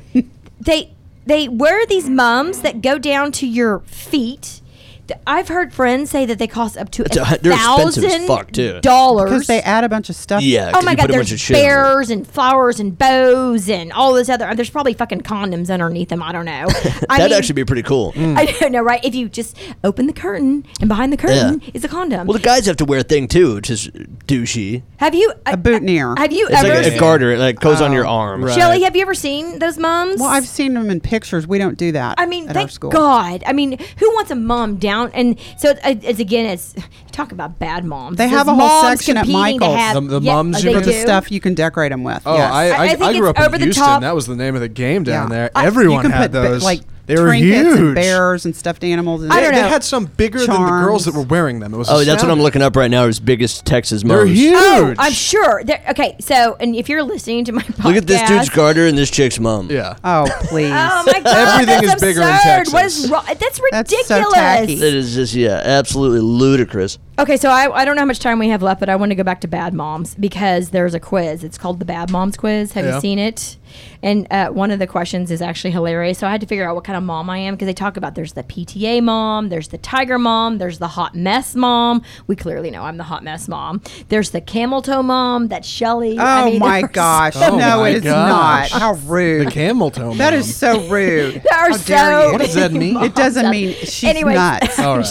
[SPEAKER 2] they they wear these mums that go down to your feet. Th- I've heard friends say that they cost up to
[SPEAKER 3] a- they're expensive as
[SPEAKER 2] thousand
[SPEAKER 3] fuck, too.
[SPEAKER 2] dollars.
[SPEAKER 4] Because they add a bunch of stuff.
[SPEAKER 3] Yeah.
[SPEAKER 2] Oh
[SPEAKER 3] 'cause
[SPEAKER 2] my
[SPEAKER 3] you
[SPEAKER 2] god,
[SPEAKER 3] put a bunch
[SPEAKER 2] there's
[SPEAKER 3] of shit in there.
[SPEAKER 2] bears and flowers and bows and all this other. There's probably fucking condoms underneath them. I don't know. I
[SPEAKER 3] That'd
[SPEAKER 2] mean, Mm.
[SPEAKER 3] actually be pretty cool.
[SPEAKER 2] I don't know, right? If you just open the curtain and behind the curtain is a condom.
[SPEAKER 3] Well, the guys have to wear a thing too, which is douchey.
[SPEAKER 2] have you
[SPEAKER 4] A boutonniere.
[SPEAKER 2] Have you
[SPEAKER 3] It's
[SPEAKER 2] ever?
[SPEAKER 3] like a
[SPEAKER 2] seen-
[SPEAKER 3] garter, it like goes on
[SPEAKER 2] Oh.
[SPEAKER 3] your arm.
[SPEAKER 5] Right.
[SPEAKER 2] Shelly, have you ever seen those mums?
[SPEAKER 4] Well, I've seen them in pictures. We don't do that.
[SPEAKER 2] I mean,
[SPEAKER 4] at our
[SPEAKER 2] thank
[SPEAKER 4] school.
[SPEAKER 2] God. I mean, who wants a mom down? And so it's, it's again, it's talk about bad moms.
[SPEAKER 4] They
[SPEAKER 2] It's
[SPEAKER 4] have a whole
[SPEAKER 2] moms
[SPEAKER 4] section at
[SPEAKER 2] competing to
[SPEAKER 4] Michael's.
[SPEAKER 2] have-
[SPEAKER 5] The- the
[SPEAKER 2] yeah,
[SPEAKER 5] moms
[SPEAKER 2] uh,
[SPEAKER 5] you
[SPEAKER 2] they
[SPEAKER 5] put
[SPEAKER 4] The
[SPEAKER 5] the
[SPEAKER 2] do.
[SPEAKER 4] stuff you can decorate them with.
[SPEAKER 5] Oh,
[SPEAKER 4] yes.
[SPEAKER 5] I,
[SPEAKER 2] I- I
[SPEAKER 5] I, I,
[SPEAKER 2] think it's
[SPEAKER 5] grew up
[SPEAKER 2] over
[SPEAKER 5] in
[SPEAKER 2] the
[SPEAKER 5] Houston.
[SPEAKER 2] top.
[SPEAKER 5] That was the name of the game down
[SPEAKER 4] Yeah.
[SPEAKER 5] there.
[SPEAKER 4] I-
[SPEAKER 5] Everyone
[SPEAKER 4] you can
[SPEAKER 5] had
[SPEAKER 4] put ba-
[SPEAKER 5] those.
[SPEAKER 4] like
[SPEAKER 5] they were
[SPEAKER 4] trinkets
[SPEAKER 5] huge.
[SPEAKER 4] and bears and stuffed animals. And
[SPEAKER 2] I don't
[SPEAKER 5] they
[SPEAKER 2] know.
[SPEAKER 5] had some bigger than the
[SPEAKER 4] Charms.
[SPEAKER 5] girls that were wearing them. It was
[SPEAKER 3] Oh, that's what I'm
[SPEAKER 5] astounding.
[SPEAKER 3] looking up right now. Is biggest Texas
[SPEAKER 5] They're
[SPEAKER 3] moms.
[SPEAKER 5] huge.
[SPEAKER 2] Oh, I'm sure. They're, okay, so and if you're listening to my podcast,
[SPEAKER 3] Look at this dude's garter and this chick's mom.
[SPEAKER 5] Yeah.
[SPEAKER 4] Oh, please.
[SPEAKER 2] Oh my god,
[SPEAKER 5] Everything
[SPEAKER 2] that's
[SPEAKER 5] is bigger in
[SPEAKER 2] absurd. What
[SPEAKER 5] Texas.
[SPEAKER 2] is wrong? That's
[SPEAKER 4] That's so
[SPEAKER 2] ridiculous.
[SPEAKER 4] tacky.
[SPEAKER 3] It is just yeah, absolutely ludicrous.
[SPEAKER 2] Okay, so I, I don't know how much time we have left, but I want to go back to Bad Moms because there's a quiz. It's called the Bad Moms Quiz. Have you
[SPEAKER 5] Yeah.
[SPEAKER 2] seen it? And uh, one of the questions is actually hilarious. So I had to figure out what kind of mom I am because they talk about there's the PTA mom, there's the tiger mom, there's the hot mess mom. We clearly know I'm the hot mess mom. There's the camel toe mom. That's Shelly.
[SPEAKER 4] oh my gosh.
[SPEAKER 5] Oh
[SPEAKER 4] no,
[SPEAKER 5] my
[SPEAKER 4] it is
[SPEAKER 5] gosh.
[SPEAKER 4] not. How
[SPEAKER 5] The
[SPEAKER 4] rude.
[SPEAKER 5] camel toe.
[SPEAKER 4] that
[SPEAKER 5] mom.
[SPEAKER 4] is so rude.
[SPEAKER 2] There are
[SPEAKER 4] How dare
[SPEAKER 2] so
[SPEAKER 4] you.
[SPEAKER 5] What does that mean?
[SPEAKER 4] It doesn't mean she's
[SPEAKER 2] Anyways.
[SPEAKER 4] nuts.
[SPEAKER 5] All right.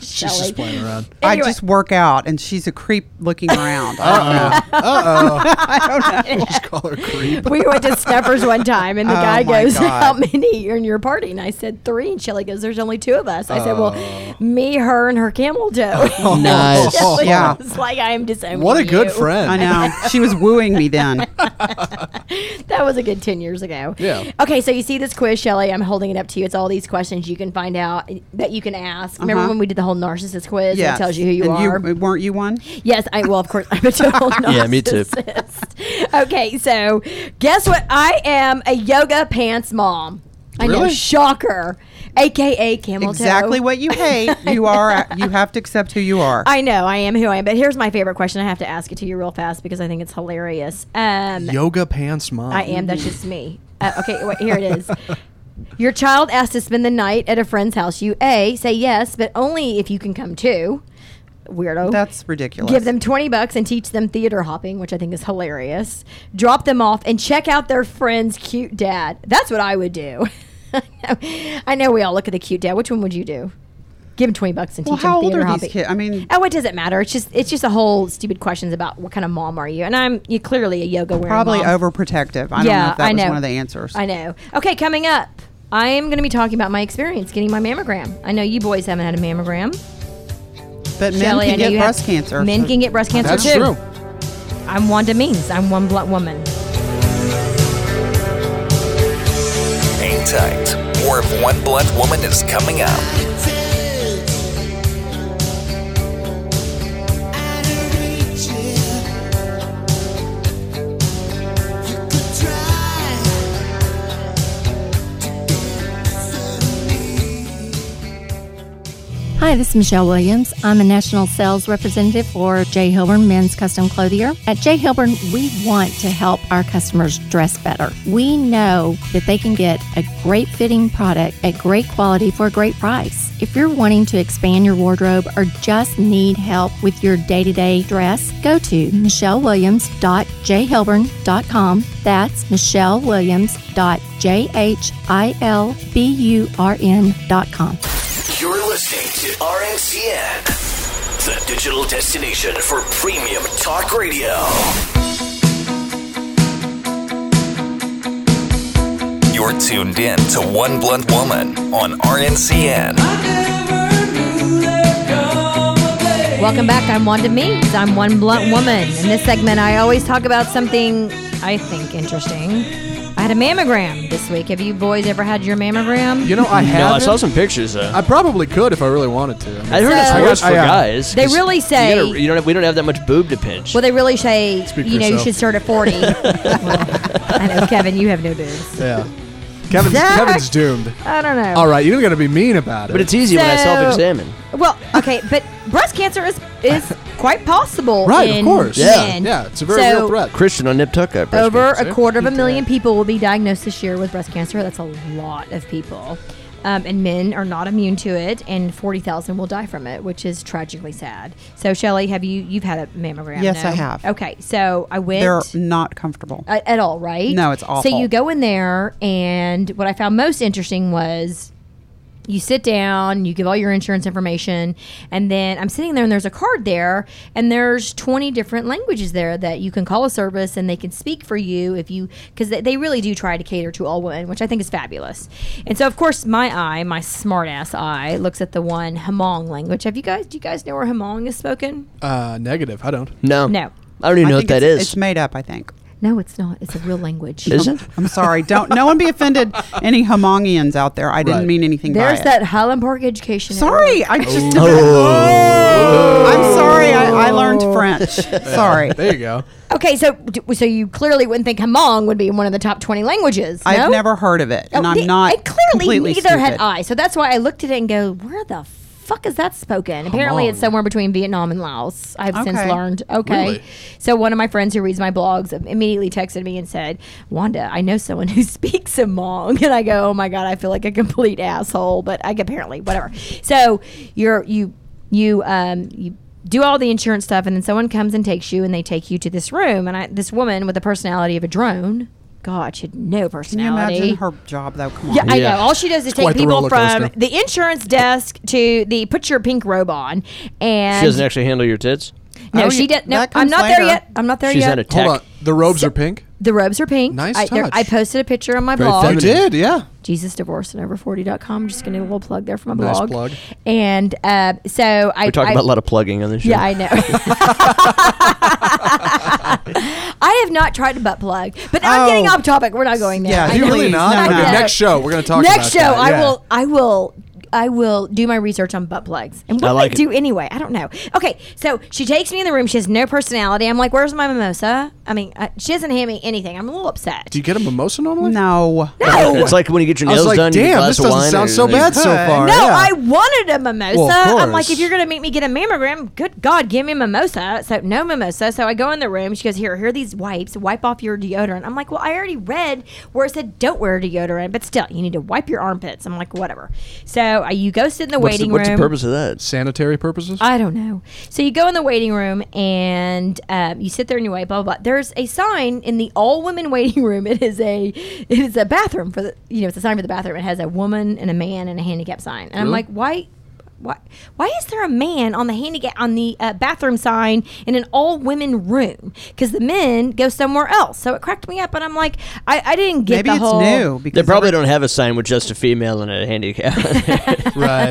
[SPEAKER 5] She's
[SPEAKER 2] Shelly.
[SPEAKER 5] just playing around.
[SPEAKER 4] I
[SPEAKER 2] Anyway.
[SPEAKER 4] just work out, and she's a creep looking around.
[SPEAKER 5] Uh-uh. Call her creep.
[SPEAKER 2] we went to Steppers one time, and the
[SPEAKER 4] Oh
[SPEAKER 2] guy
[SPEAKER 4] my
[SPEAKER 2] goes,
[SPEAKER 4] God.
[SPEAKER 2] "How many are in your party?" And I said three, and Shelly goes, "There's only two of us." I said, "Well, me, her, and her camel toe."
[SPEAKER 3] Nice.
[SPEAKER 2] Shelly
[SPEAKER 4] Yeah.
[SPEAKER 2] was like I am disowned.
[SPEAKER 5] Oh. What a good friend.
[SPEAKER 4] Oh, I know. She was wooing me then.
[SPEAKER 2] That was a good ten years ago.
[SPEAKER 5] Yeah.
[SPEAKER 2] Okay, so you see this quiz, Shelly. I'm holding it up to you. It's all these questions you can find out that you can ask. Remember
[SPEAKER 4] Uh-huh.
[SPEAKER 2] when we did the whole narcissist quiz?
[SPEAKER 4] Yeah,
[SPEAKER 2] It tells you who you are.
[SPEAKER 4] weren't you one?
[SPEAKER 2] Yes, I well, of course, I'm a total narcissist.
[SPEAKER 3] Yeah, me too.
[SPEAKER 2] Okay, so guess what? I am a yoga pants mom. I know,
[SPEAKER 5] Really?
[SPEAKER 2] shocker, aka camel toe.
[SPEAKER 4] Exactly what you hate. You are. You have to accept who you are.
[SPEAKER 2] I know I am who I am. But here's my favorite question. I have to ask it to you real fast because I think it's hilarious. Um,
[SPEAKER 5] Yoga pants mom.
[SPEAKER 2] I am. That's just me. Uh, okay, wait, here it is. Your child asks to spend the night at a friend's house. You a say yes, but only if you can come too. Weirdo.
[SPEAKER 4] That's ridiculous.
[SPEAKER 2] Give them 20 bucks and teach them theater hopping, which I think is hilarious. Drop them off and check out their friend's cute dad. That's what I would do. I know we all look at the cute dad. Which one would you do? Give him 20 bucks and
[SPEAKER 4] Well,
[SPEAKER 2] teach him
[SPEAKER 4] how old
[SPEAKER 2] theater
[SPEAKER 4] are
[SPEAKER 2] hopping.
[SPEAKER 4] these kids? I mean,
[SPEAKER 2] Oh, it doesn't matter. It's just it's just a whole stupid questions about what kind of mom are you? And I'm you clearly a yoga wearing
[SPEAKER 4] probably
[SPEAKER 2] mom.
[SPEAKER 4] overprotective. I don't know
[SPEAKER 2] Yeah,
[SPEAKER 4] if that
[SPEAKER 2] I
[SPEAKER 4] was
[SPEAKER 2] know.
[SPEAKER 4] one of the answers.
[SPEAKER 2] I know. Okay, coming up, I am going to be talking about my experience getting my mammogram. I know you boys haven't had a mammogram.
[SPEAKER 4] But men
[SPEAKER 2] Shelley, I
[SPEAKER 4] can
[SPEAKER 2] know
[SPEAKER 4] get
[SPEAKER 2] you
[SPEAKER 4] breast
[SPEAKER 2] have,
[SPEAKER 4] cancer.
[SPEAKER 2] Men can get breast cancer
[SPEAKER 5] That's
[SPEAKER 2] too.
[SPEAKER 5] true.
[SPEAKER 2] I'm Wanda Means. I'm one blunt woman.
[SPEAKER 1] Hang tight. More of One Blunt Woman is coming up.
[SPEAKER 7] Hi, this is Michelle Williams. I'm a national sales representative for J. Hilburn Men's Custom Clothier. At J. Hilburn, we want to help our customers dress better. We know that they can get a great fitting product at great quality for a great price. If you're wanting to expand your wardrobe or just need help with your day to day dress, go to michellewilliams.jhilburn.com. That's michellewilliams.jhilburn.com.
[SPEAKER 8] You're listening to RNCN, the digital destination for premium talk radio.
[SPEAKER 1] You're tuned in to One Blunt Woman on RNCN.
[SPEAKER 2] Welcome back. I'm Wanda Means. I'm one blunt woman. In this segment, I always talk about something I think interesting. I had a mammogram this week. Have you boys ever had your mammogram?
[SPEAKER 5] You know,
[SPEAKER 3] No, I
[SPEAKER 5] I have.
[SPEAKER 3] saw some pictures though.
[SPEAKER 5] I probably could if I really wanted to.
[SPEAKER 3] I heard it's
[SPEAKER 2] So-
[SPEAKER 3] worse
[SPEAKER 5] I
[SPEAKER 3] for
[SPEAKER 5] got- I, uh,
[SPEAKER 3] guys.
[SPEAKER 2] They
[SPEAKER 3] 'cause
[SPEAKER 2] really
[SPEAKER 3] you
[SPEAKER 2] say-
[SPEAKER 3] gotta- you don't, we don't have that much boob to pinch.
[SPEAKER 2] Well, they really say,
[SPEAKER 5] Speak for
[SPEAKER 2] you know, you
[SPEAKER 5] yourself.
[SPEAKER 2] should start at 40. I know, Kevin, you have no boobs.
[SPEAKER 5] yeah. Kevin's,
[SPEAKER 2] Zach!
[SPEAKER 5] Kevin's doomed.
[SPEAKER 2] I don't know.
[SPEAKER 5] All right, you don't got to be mean about it.
[SPEAKER 3] but it's easy when I
[SPEAKER 2] So-
[SPEAKER 3] self-examine.
[SPEAKER 2] Well, okay, but breast cancer is is quite possible.
[SPEAKER 5] Right, of
[SPEAKER 2] in
[SPEAKER 5] course.
[SPEAKER 3] Yeah.
[SPEAKER 2] men.
[SPEAKER 5] yeah, it's a very
[SPEAKER 2] so
[SPEAKER 5] real threat.
[SPEAKER 3] Christian on Nip Tuck got breast
[SPEAKER 2] Over
[SPEAKER 3] cancer.
[SPEAKER 2] a quarter of a million people will be diagnosed this year with breast cancer. That's a lot of people. Um, and men are not immune to it, and 40,000 will die from it, which is tragically sad. So, Shelly, have you, you've had a mammogram?
[SPEAKER 4] Yes,
[SPEAKER 2] no?
[SPEAKER 4] I have.
[SPEAKER 2] Okay, so I went.
[SPEAKER 4] They're not comfortable.
[SPEAKER 2] a- at all, right?
[SPEAKER 4] No, it's
[SPEAKER 2] So
[SPEAKER 4] awful.
[SPEAKER 2] you go in there, and what I found most interesting was you sit down, you give all your insurance information, and then I'm sitting there, and there's a card there, and there's 20 different languages there that you can call a service, and they can speak for you if you, because they, they really do try to cater to all women, which I think is fabulous. And so, of course, my eye, my smart ass eye, looks at the one Hmong language. Have you guys, do you guys know where Hmong is spoken?
[SPEAKER 5] uh, negative. I don't.
[SPEAKER 3] No.
[SPEAKER 2] No.
[SPEAKER 3] I don't even
[SPEAKER 4] I
[SPEAKER 3] know
[SPEAKER 4] think
[SPEAKER 3] what that
[SPEAKER 4] it's,
[SPEAKER 3] is.
[SPEAKER 4] It's made up, I think.
[SPEAKER 2] No, it's not. It's a real language.
[SPEAKER 3] Is it?
[SPEAKER 4] I'm sorry. Don't no one be offended. Any Hamongians out there? I didn't
[SPEAKER 5] Right.
[SPEAKER 4] mean anything. by
[SPEAKER 2] There's
[SPEAKER 4] it.
[SPEAKER 2] that Highland Park Education. Network.
[SPEAKER 4] Sorry, I just.
[SPEAKER 5] Oh.
[SPEAKER 3] Oh.
[SPEAKER 4] I'm sorry. I, I learned
[SPEAKER 2] Oh.
[SPEAKER 4] French. Sorry.
[SPEAKER 5] There you go.
[SPEAKER 2] Okay, so d- so you clearly wouldn't think Hmong would be in one of the top twenty languages.
[SPEAKER 4] I've
[SPEAKER 2] no?
[SPEAKER 4] never heard of it, and
[SPEAKER 2] Oh,
[SPEAKER 4] I'm
[SPEAKER 2] th-
[SPEAKER 4] not.
[SPEAKER 2] And clearly,
[SPEAKER 4] completely
[SPEAKER 2] neither had
[SPEAKER 4] stupid.
[SPEAKER 2] I. So that's why I looked at it and go, "Where the fuck is that spoken?" Apparently, it's somewhere between Vietnam and Laos. I've since
[SPEAKER 4] Okay.
[SPEAKER 2] learned. Okay,
[SPEAKER 5] Really?
[SPEAKER 2] so one of my friends who reads my blogs immediately texted me and said, "Wanda, I know someone who speaks Hmong," and I go, "Oh my god, I feel like a complete asshole," but I apparently whatever. So you're you you um you do all the insurance stuff, and then someone comes and takes you, and they take you to this room, and I this woman with the personality of a drone. God, she had no
[SPEAKER 4] Can you
[SPEAKER 2] personality.
[SPEAKER 4] imagine her job though? Come on.
[SPEAKER 2] Yeah, I
[SPEAKER 3] Yeah.
[SPEAKER 2] know. All she does is
[SPEAKER 5] quite
[SPEAKER 2] take
[SPEAKER 5] the
[SPEAKER 2] people
[SPEAKER 5] roller
[SPEAKER 2] from
[SPEAKER 5] coaster.
[SPEAKER 2] the insurance desk to the put your pink robe on, and
[SPEAKER 3] She doesn't actually handle your tits.
[SPEAKER 2] no,
[SPEAKER 4] Oh,
[SPEAKER 2] she
[SPEAKER 4] yeah,
[SPEAKER 2] did. No,
[SPEAKER 4] that
[SPEAKER 2] I'm
[SPEAKER 4] comes
[SPEAKER 2] not there
[SPEAKER 4] later.
[SPEAKER 2] yet. I'm not there
[SPEAKER 3] She's
[SPEAKER 2] yet.
[SPEAKER 3] not a tech.
[SPEAKER 5] Hold on. The robes are pink.
[SPEAKER 2] the robes are pink.
[SPEAKER 5] Nice
[SPEAKER 2] I, there- I
[SPEAKER 5] touch.
[SPEAKER 2] posted a picture on my
[SPEAKER 3] Very
[SPEAKER 2] blog.
[SPEAKER 5] You
[SPEAKER 3] feminine.
[SPEAKER 5] did, yeah.
[SPEAKER 2] JesusDivorceAndover40.com. I'm just gonna do a little plug there for my
[SPEAKER 5] Nice
[SPEAKER 2] blog.
[SPEAKER 5] plug.
[SPEAKER 2] And uh, so I
[SPEAKER 3] We talk
[SPEAKER 2] I-
[SPEAKER 3] about a lot of plugging on this show.
[SPEAKER 2] Yeah, I know. I have not tried a butt plug, but I'm
[SPEAKER 4] Oh.
[SPEAKER 2] getting off topic. We're not going there.
[SPEAKER 4] Yeah,
[SPEAKER 2] I
[SPEAKER 4] you
[SPEAKER 2] know.
[SPEAKER 4] really not?
[SPEAKER 2] I
[SPEAKER 5] Okay,
[SPEAKER 4] no.
[SPEAKER 2] know.
[SPEAKER 5] next show we're gonna talk.
[SPEAKER 2] Next
[SPEAKER 5] about
[SPEAKER 2] show,
[SPEAKER 5] that,
[SPEAKER 2] I
[SPEAKER 5] yeah.
[SPEAKER 2] will, I will, I will do my research on butt plugs and what
[SPEAKER 3] I like
[SPEAKER 2] they
[SPEAKER 3] it.
[SPEAKER 2] do anyway. I don't know. Okay, so she takes me in the room. She has no personality. I'm like, "Where's my mimosa?" I mean, uh, she doesn't hand me anything. I'm a little upset.
[SPEAKER 5] Do you get a mimosa normally?
[SPEAKER 4] No.
[SPEAKER 2] no,
[SPEAKER 3] It's like when you get your
[SPEAKER 5] I was
[SPEAKER 3] nails
[SPEAKER 5] like,
[SPEAKER 3] done. you get a
[SPEAKER 5] damn,
[SPEAKER 3] glass
[SPEAKER 5] this
[SPEAKER 3] of
[SPEAKER 5] doesn't
[SPEAKER 3] wine
[SPEAKER 5] sound
[SPEAKER 3] or-
[SPEAKER 5] so bad so
[SPEAKER 4] Could.
[SPEAKER 5] far.
[SPEAKER 2] no,
[SPEAKER 5] yeah.
[SPEAKER 2] I wanted a mimosa.
[SPEAKER 5] Well, of
[SPEAKER 2] I'm like,
[SPEAKER 5] course.
[SPEAKER 2] if you're gonna make me get a mammogram, good God, give me a mimosa. So no mimosa. So I go in the room. She goes, "Here, here are these wipes. Wipe off your deodorant." I'm like, "Well, I already read where it said don't wear deodorant, but still, you need to wipe your armpits." I'm like, "Whatever." So uh, you go sit in the
[SPEAKER 3] What's the,
[SPEAKER 2] waiting
[SPEAKER 3] what's the
[SPEAKER 2] room.
[SPEAKER 3] purpose of that?
[SPEAKER 5] Sanitary purposes.
[SPEAKER 2] I don't know. So you go in the waiting room and um, you sit there and you wait, blah, blah blah. There's a sign in the all women waiting room. It is a it is a bathroom for the you know it's a sign for the bathroom. It has a woman and a man and a handicap sign. And I'm like, why? Why, why is there a man on the handicap on the uh, bathroom sign in an all women room? Because the men go somewhere else. So it cracked me up, and I'm like, I, I didn't get
[SPEAKER 4] Maybe
[SPEAKER 2] the
[SPEAKER 4] it's
[SPEAKER 2] whole.
[SPEAKER 4] new
[SPEAKER 3] They
[SPEAKER 4] because
[SPEAKER 3] probably don't have a sign with just a female and a handicap.
[SPEAKER 5] Right.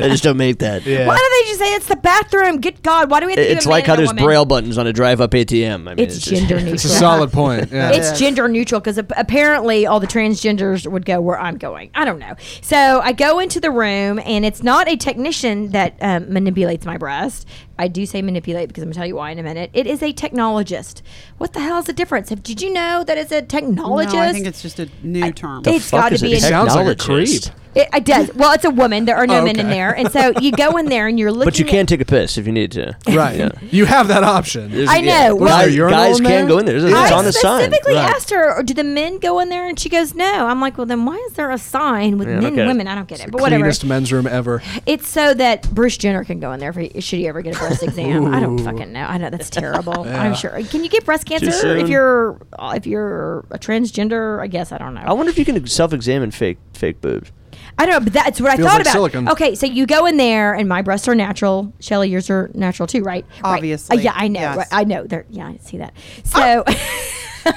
[SPEAKER 3] they just don't make that.
[SPEAKER 5] Yeah.
[SPEAKER 2] Why do they just say it's the bathroom? Good God, why do we have to
[SPEAKER 3] It's
[SPEAKER 2] do a man
[SPEAKER 3] like how
[SPEAKER 2] and a
[SPEAKER 3] there's
[SPEAKER 2] woman?
[SPEAKER 3] braille buttons on a drive-up ATM. I mean,
[SPEAKER 2] It's,
[SPEAKER 3] just-
[SPEAKER 2] gender neutral.
[SPEAKER 5] It's a solid point. Yeah.
[SPEAKER 2] It's gender neutral because apparently all the transgenders would go where I'm going. I don't know. So I go into the room, and it's not a technician that um, manipulates my breast. I do say manipulate because I'm going to tell you why in a minute. It is a technologist. What the hell is the difference? Have- Did you know that it's a
[SPEAKER 4] No,
[SPEAKER 2] technologist?
[SPEAKER 4] I think it's just a new term.
[SPEAKER 2] The It's
[SPEAKER 3] Fuck
[SPEAKER 2] gotta
[SPEAKER 3] is
[SPEAKER 2] be
[SPEAKER 3] it?
[SPEAKER 2] a
[SPEAKER 5] Sounds like a
[SPEAKER 3] Technologist.
[SPEAKER 5] creep.
[SPEAKER 2] it, it does. Well, it's a woman. There are no
[SPEAKER 5] Oh,
[SPEAKER 2] men in
[SPEAKER 5] okay.
[SPEAKER 2] there. And so you go in there and you're looking
[SPEAKER 3] But you
[SPEAKER 2] at-
[SPEAKER 3] can take a piss if you need to.
[SPEAKER 5] Right.
[SPEAKER 3] Yeah.
[SPEAKER 5] You have that option.
[SPEAKER 3] There's-
[SPEAKER 2] I know. Was
[SPEAKER 5] there
[SPEAKER 3] Guys-
[SPEAKER 5] urinal
[SPEAKER 3] guys
[SPEAKER 5] in
[SPEAKER 3] can
[SPEAKER 5] there?
[SPEAKER 3] go in there. It's
[SPEAKER 5] I
[SPEAKER 3] on a sign.
[SPEAKER 2] specifically
[SPEAKER 5] Right.
[SPEAKER 2] asked her, "Do the men go in there?" And she goes, "No." I'm like, "Well, then why is there a sign with
[SPEAKER 3] Yeah, I
[SPEAKER 2] men
[SPEAKER 3] don't
[SPEAKER 2] and
[SPEAKER 3] get it.
[SPEAKER 2] women?" I don't get it, but whatever.
[SPEAKER 5] Cleanest men's room ever.
[SPEAKER 2] It's so that Bruce Jenner can go in there if he, should he ever get a breast exam. I don't fucking know. I know that's terrible. I'm sure. Can you get breast cancer
[SPEAKER 3] soon.
[SPEAKER 2] if you're if you're a transgender? I guess I don't know.
[SPEAKER 3] I wonder if you can self-examine fake fake boobs.
[SPEAKER 2] I don't know, but that's what I
[SPEAKER 5] Feels
[SPEAKER 2] thought
[SPEAKER 5] like
[SPEAKER 2] about.
[SPEAKER 5] silicone.
[SPEAKER 2] Okay, so you go in there, and my breasts are natural. Shelly, yours are natural too, right? Right.
[SPEAKER 4] Obviously,
[SPEAKER 2] Uh, yeah, I know.
[SPEAKER 4] yes. Ah!
[SPEAKER 2] right, I know. They're, yeah, I see that. So,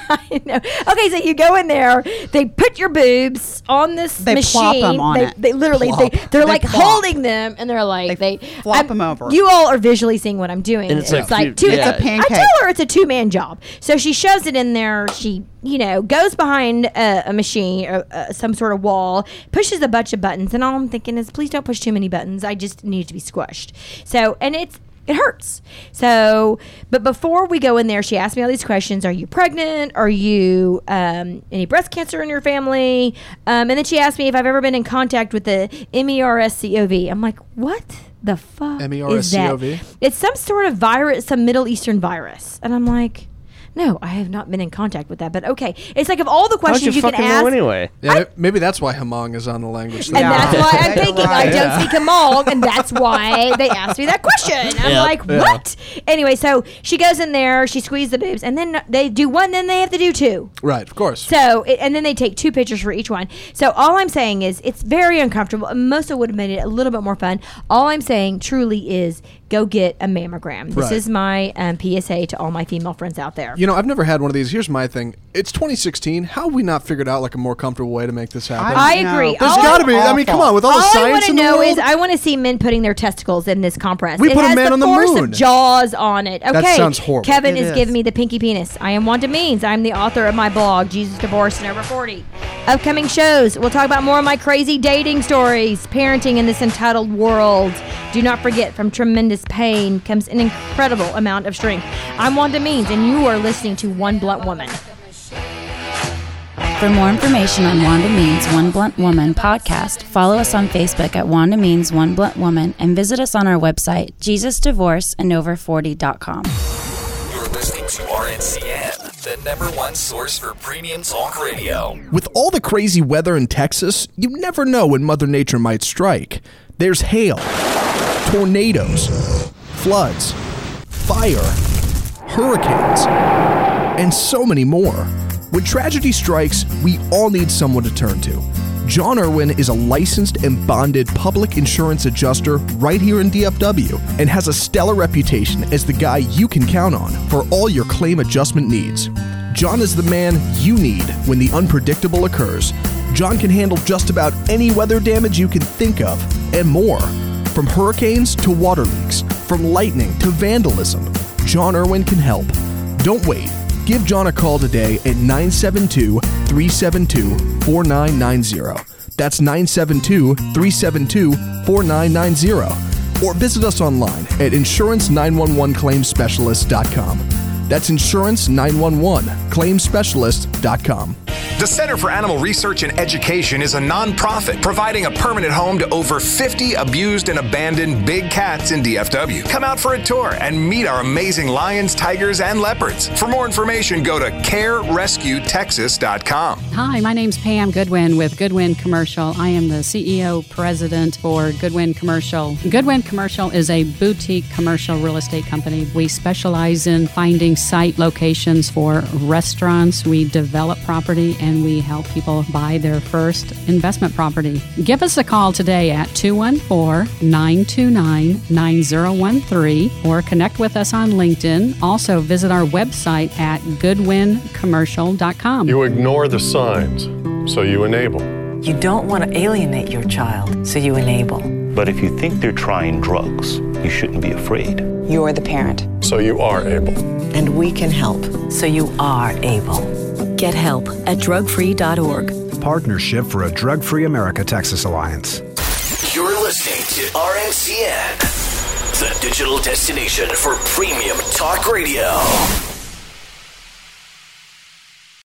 [SPEAKER 2] I know. Okay, so you go in there. They put your boobs on this
[SPEAKER 4] They
[SPEAKER 2] machine.
[SPEAKER 4] plop 'em on
[SPEAKER 2] they,
[SPEAKER 4] it.
[SPEAKER 2] they literally they
[SPEAKER 5] Plop.
[SPEAKER 2] they're
[SPEAKER 4] They
[SPEAKER 2] like
[SPEAKER 4] plop.
[SPEAKER 2] holding them, and they're like they,
[SPEAKER 4] They flop
[SPEAKER 2] I'm-
[SPEAKER 4] 'em over.
[SPEAKER 2] You all are visually seeing what I'm doing.
[SPEAKER 3] And it's like few-
[SPEAKER 2] two.
[SPEAKER 3] It's a
[SPEAKER 2] I
[SPEAKER 4] pancake.
[SPEAKER 2] tell her it's a two man job. So she shoves it in there. She, you know, goes behind a, a machine, or, uh, some sort of wall, pushes a bunch of buttons. And all I'm thinking is, please don't push too many buttons. I just need to be squished. So, and it's, it hurts. So, but before we go in there, she asked me all these questions. Are you pregnant? Are you um, any breast cancer in your family? Um, and then she asked me if I've ever been in contact with the E MERSCOV. I'm like, what the fuck is that?
[SPEAKER 5] MERSCOV?
[SPEAKER 2] It's some sort of virus, some Middle Eastern virus. And I'm like, no, I have not been in contact with that. But okay, it's like of all the
[SPEAKER 3] How'd
[SPEAKER 2] questions
[SPEAKER 3] you,
[SPEAKER 2] you, can
[SPEAKER 3] fucking know
[SPEAKER 2] ask.
[SPEAKER 3] anyway?
[SPEAKER 5] Yeah, ma- maybe that's why Hamong is on the language.
[SPEAKER 2] And
[SPEAKER 5] thing.
[SPEAKER 2] that's why I'm
[SPEAKER 4] Yeah.
[SPEAKER 2] thinking I
[SPEAKER 4] Right.
[SPEAKER 2] don't speak Hmong, and that's why they asked me that question. I'm
[SPEAKER 3] Yeah.
[SPEAKER 2] like, what? Anyway, so she goes in there, she squeezes the boobs, and then they do one, then they have to do two.
[SPEAKER 5] Right, of course.
[SPEAKER 2] So, it, and then they take two pictures for each one. So, all I'm saying is it's very uncomfortable. and Most of would have made it a little bit more fun. All I'm saying truly is go get a mammogram. This
[SPEAKER 5] Right.
[SPEAKER 2] is my um, PSA to all my female friends out there.
[SPEAKER 5] you know, I've never had one of these. Here's my thing. It's 2016. How have we not figured out like a more comfortable way to make this happen?
[SPEAKER 2] I
[SPEAKER 4] No,
[SPEAKER 2] agree. Oh,
[SPEAKER 5] There's
[SPEAKER 2] All I-
[SPEAKER 5] got to be. I mean, come on. With all, the
[SPEAKER 2] all I want
[SPEAKER 5] science
[SPEAKER 2] to
[SPEAKER 5] in the
[SPEAKER 2] know
[SPEAKER 5] world,
[SPEAKER 2] is I want to see men putting their testicles in this compress.
[SPEAKER 5] We
[SPEAKER 2] it
[SPEAKER 5] put a
[SPEAKER 2] has
[SPEAKER 5] man
[SPEAKER 2] the
[SPEAKER 5] on the
[SPEAKER 2] force
[SPEAKER 5] moon.
[SPEAKER 2] of Jaws on it. Okay,
[SPEAKER 5] sounds horrible.
[SPEAKER 2] Kevin
[SPEAKER 4] It
[SPEAKER 2] is,
[SPEAKER 4] is.
[SPEAKER 2] giving me the pinky penis. I am Wanda Means. I'm the author of my blog, Jesus Divorced and Over 40. Upcoming shows. We'll talk about more of my crazy dating stories, parenting in this entitled world. Do not forget, from tremendous pain comes an incredible amount of strength. I'm Wanda Means, and you are listening to One Blunt Woman.
[SPEAKER 9] For more information on Wanda Means One Blunt Woman podcast, follow us on Facebook at Wanda Means One Blunt Woman and visit us on our website, JesusDivorceAndOver40.com.
[SPEAKER 1] You're listening to RNCN, the number one source for premium talk radio.
[SPEAKER 10] With all the crazy weather in Texas, you never know when Mother Nature might strike. There's hail, tornadoes, floods, fire, hurricanes, and so many more. When tragedy strikes, we all need someone to turn to. John Irwin is a licensed and bonded public insurance adjuster right here in DFW and has a stellar reputation as the guy you can count on for all your claim adjustment needs. John is the man you need when the unpredictable occurs. John can handle just about any weather damage you can think of and more. From hurricanes to water leaks, from lightning to vandalism, John Irwin can help. Don't wait. Give John a call today at 972 372 4990. That's 972 372 4990. Or visit us online at insurance911claimspecialist.com. That's insurance911claimspecialist.com.
[SPEAKER 11] The Center for Animal Research and Education is a nonprofit providing a permanent home to over 50 abused and abandoned big cats in DFW. Come out for a tour and meet our amazing lions, tigers, and leopards. For more information, go to carerescuetexas.com.
[SPEAKER 9] Hi, my name's Pam Goodwin with Goodwin Commercial. I am the CEO president for Goodwin Commercial. Goodwin Commercial is a boutique commercial real estate company. We specialize in finding site locations for restaurants. We develop property and and we help people buy their first investment property. Give us a call today at 214 929 9013 or connect with us on LinkedIn. Also, visit our website at goodwincommercial.com.
[SPEAKER 5] You ignore the signs, so you enable.
[SPEAKER 12] You don't want to alienate your child, so you enable.
[SPEAKER 13] But if you think they're trying drugs, you shouldn't be afraid.
[SPEAKER 12] You're the parent.
[SPEAKER 5] So you are able.
[SPEAKER 12] And we can help, so you are able. Get help at drugfree.org.
[SPEAKER 14] Partnership for a Drug Free America Texas Alliance.
[SPEAKER 1] You're listening to RNCN, the digital destination for premium talk radio.